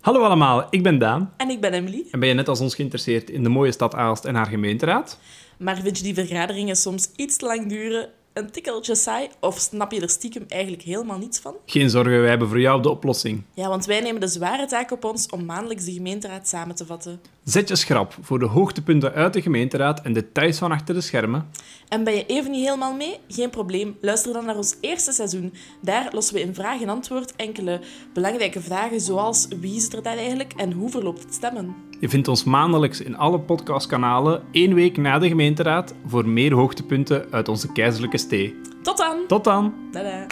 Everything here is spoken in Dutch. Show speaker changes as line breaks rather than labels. Hallo allemaal, ik ben Daan.
En ik ben Emily.
En ben je net als ons geïnteresseerd in de mooie stad Aalst en haar gemeenteraad?
Maar vind je die vergaderingen soms iets te lang duren, een tikkeltje saai of snap je er stiekem eigenlijk helemaal niets van?
Geen zorgen, wij hebben voor jou de oplossing.
Ja, want wij nemen de zware taak op ons om maandelijks de gemeenteraad samen te vatten.
Zet je schrap voor de hoogtepunten uit de gemeenteraad en details van achter de schermen.
En ben je even niet helemaal mee? Geen probleem, luister dan naar ons eerste seizoen. Daar lossen we in vraag en antwoord enkele belangrijke vragen zoals wie is er daar eigenlijk en hoe verloopt het stemmen?
Je vindt ons maandelijks in alle podcastkanalen één week na de gemeenteraad voor meer hoogtepunten uit onze keizerlijke stee.
Tot dan!
Tot dan!
Tadaa!